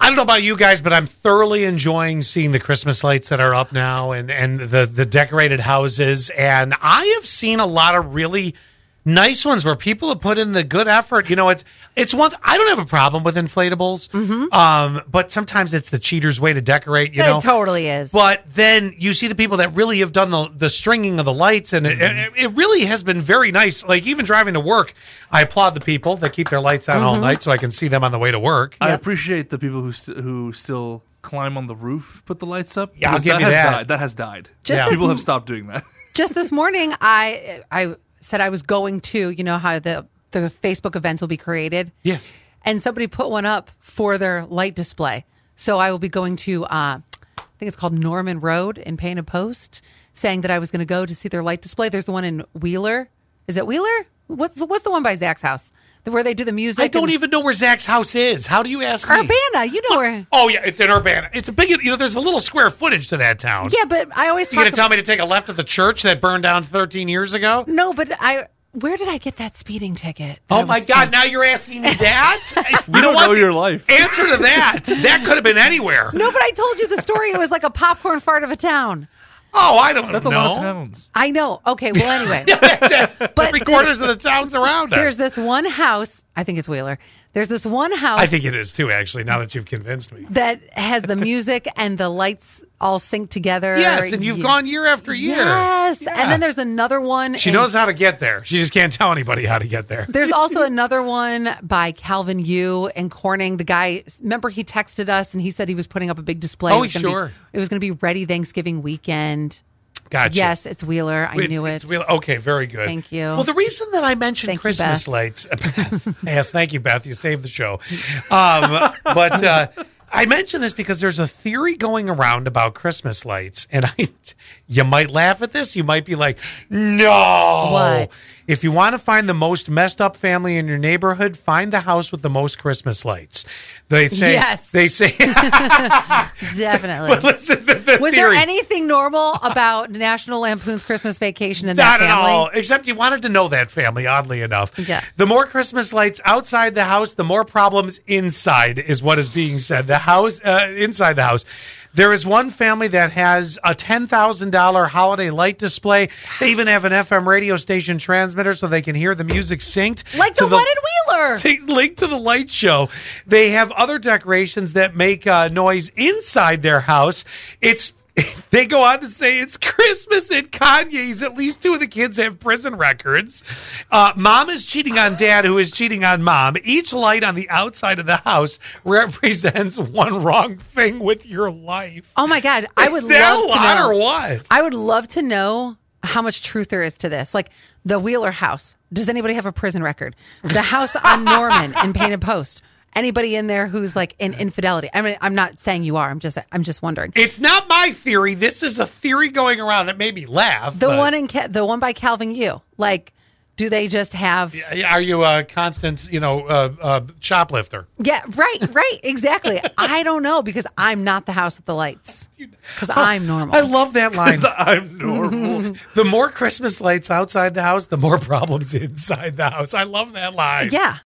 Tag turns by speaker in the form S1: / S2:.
S1: I don't know about you guys, but I'm thoroughly enjoying seeing the Christmas lights that are up now and and the the decorated houses. And I have seen a lot of really nice ones where people have put in the good effort. You know, it's it's one. I don't have a problem with inflatables, um, but sometimes it's the cheater's way to decorate. You know,
S2: it totally is.
S1: but then you see the people that really have done the the stringing of the lights, and it, it, it really has been very nice. Like even driving to work, I applaud the people that keep their lights on all night so I can see them on the way to work.
S3: I appreciate the people who st- who still climb on the roof, put the lights up.
S1: Yeah, I'll
S3: because
S1: give
S3: that
S1: you
S3: has
S1: that.
S3: Died. That has died.
S2: Just Yeah. this m-
S3: people have stopped doing that.
S2: just this morning i i said i was going to you know how the the facebook events will be created
S1: Yes.
S2: and somebody put one up for their light display so i will be going to uh i think it's called norman road in paint and post saying that i was going to go to see their light display there's the one in wheeler is it wheeler what's the, what's the one by zach's house The- where they do the music
S1: I don't
S2: and-
S1: even know where Zach's house is. How do you ask me?
S2: urbana you know where
S1: Oh yeah, it's in Urbana. It's a big. You know, there's a little square footage to that town.
S2: yeah but i always
S1: You gonna
S2: talk
S1: tell me to take a left at the church that burned down 13 years ago?
S2: no but i where did i get that speeding ticket that I
S1: Oh
S2: was
S1: my
S2: so-
S1: God! Now you're asking me that?
S3: We don't know your life.
S1: Answer to that. That could have been anywhere.
S2: No, but I told you the story. It was like a popcorn fart of a town.
S1: Oh, I don't
S3: That's
S1: know.
S3: a lot of towns.
S2: I know. Okay. Well, anyway,
S1: but
S2: But
S1: three
S2: this-
S1: quarters of the towns around us.
S2: there's this one house. I think it's Wheeler. There's this one house
S1: I think it is too. Actually, now that you've convinced me.
S2: that has the music and the lights all synced together.
S1: Yes, and you've
S2: Ye-
S1: gone year after year.
S2: Yes.
S1: Yeah.
S2: And then there's another one.
S1: She
S2: in-
S1: knows how to get there. She just can't tell anybody how to get there.
S2: There's also another one by Calvin Yu and Corning. The guy, remember, he texted us and he said he was putting up a big display.
S1: Oh,
S2: It was gonna be-
S1: sure.
S2: it was going to be ready Thanksgiving weekend.
S1: Gotcha.
S2: Yes, it's Wheeler. I
S1: It's-
S2: knew it.
S1: it's real- okay, very good.
S2: Thank you.
S1: Well, the reason that I mentioned
S2: Thank you,
S1: Christmas
S2: Beth.
S1: lights, yes, thank you, Beth. You saved the show. Um, but uh, I mentioned this because there's a theory going around about Christmas lights, and I, you might laugh at this. You might be like, "No."
S2: What?
S1: If you want to find the most messed up family in your neighborhood, find the house with the most Christmas lights. They say.
S2: Yes.
S1: They say.
S2: Definitely.
S1: listen, the, the
S2: Was
S1: theory.
S2: there anything normal about National Lampoon's Christmas Vacation in
S1: Not
S2: that family?
S1: at all. Except you wanted to know that family, oddly enough.
S2: Yeah.
S1: The more Christmas lights outside the house, the more problems inside is what is being said. The house uh, inside the house. There is one family that has a ten thousand dollar holiday light display. They even have an FM radio station transmitter so they can hear the music synced.
S2: Like the,
S1: to
S2: one in Wheeler.
S1: They link to the light show. They have other decorations that make uh, noise inside their house. It's they go on to say it's Christmas at Kanye's. At least two of the kids have prison records. Uh, mom is cheating on dad, who is cheating on mom. Each light on the outside of the house represents one wrong thing with your life.
S2: Oh my God. I would
S1: is that
S2: love
S1: a lot
S2: to know.
S1: or what?
S2: I would love to know how much truth there is to this. Like the Wheeler house. Does anybody have a prison record? The house on Norman in Painted Post. Anybody in there who's like in infidelity? I mean, I'm not saying you are. I'm just I'm just wondering.
S1: It's not my theory. This is a theory going around that made me laugh.
S2: The
S1: but-
S2: one in Ca- the one by Calvin Yu. Like, do they just have
S1: Are you a constant, you know, uh, uh, shoplifter?
S2: Yeah, right, right, exactly. I don't know because I'm not the house with the lights because I'm normal.
S1: I love that line.
S3: I'm normal.
S1: the more Christmas lights outside the house, the more problems inside the house. I love that line.
S2: yeah,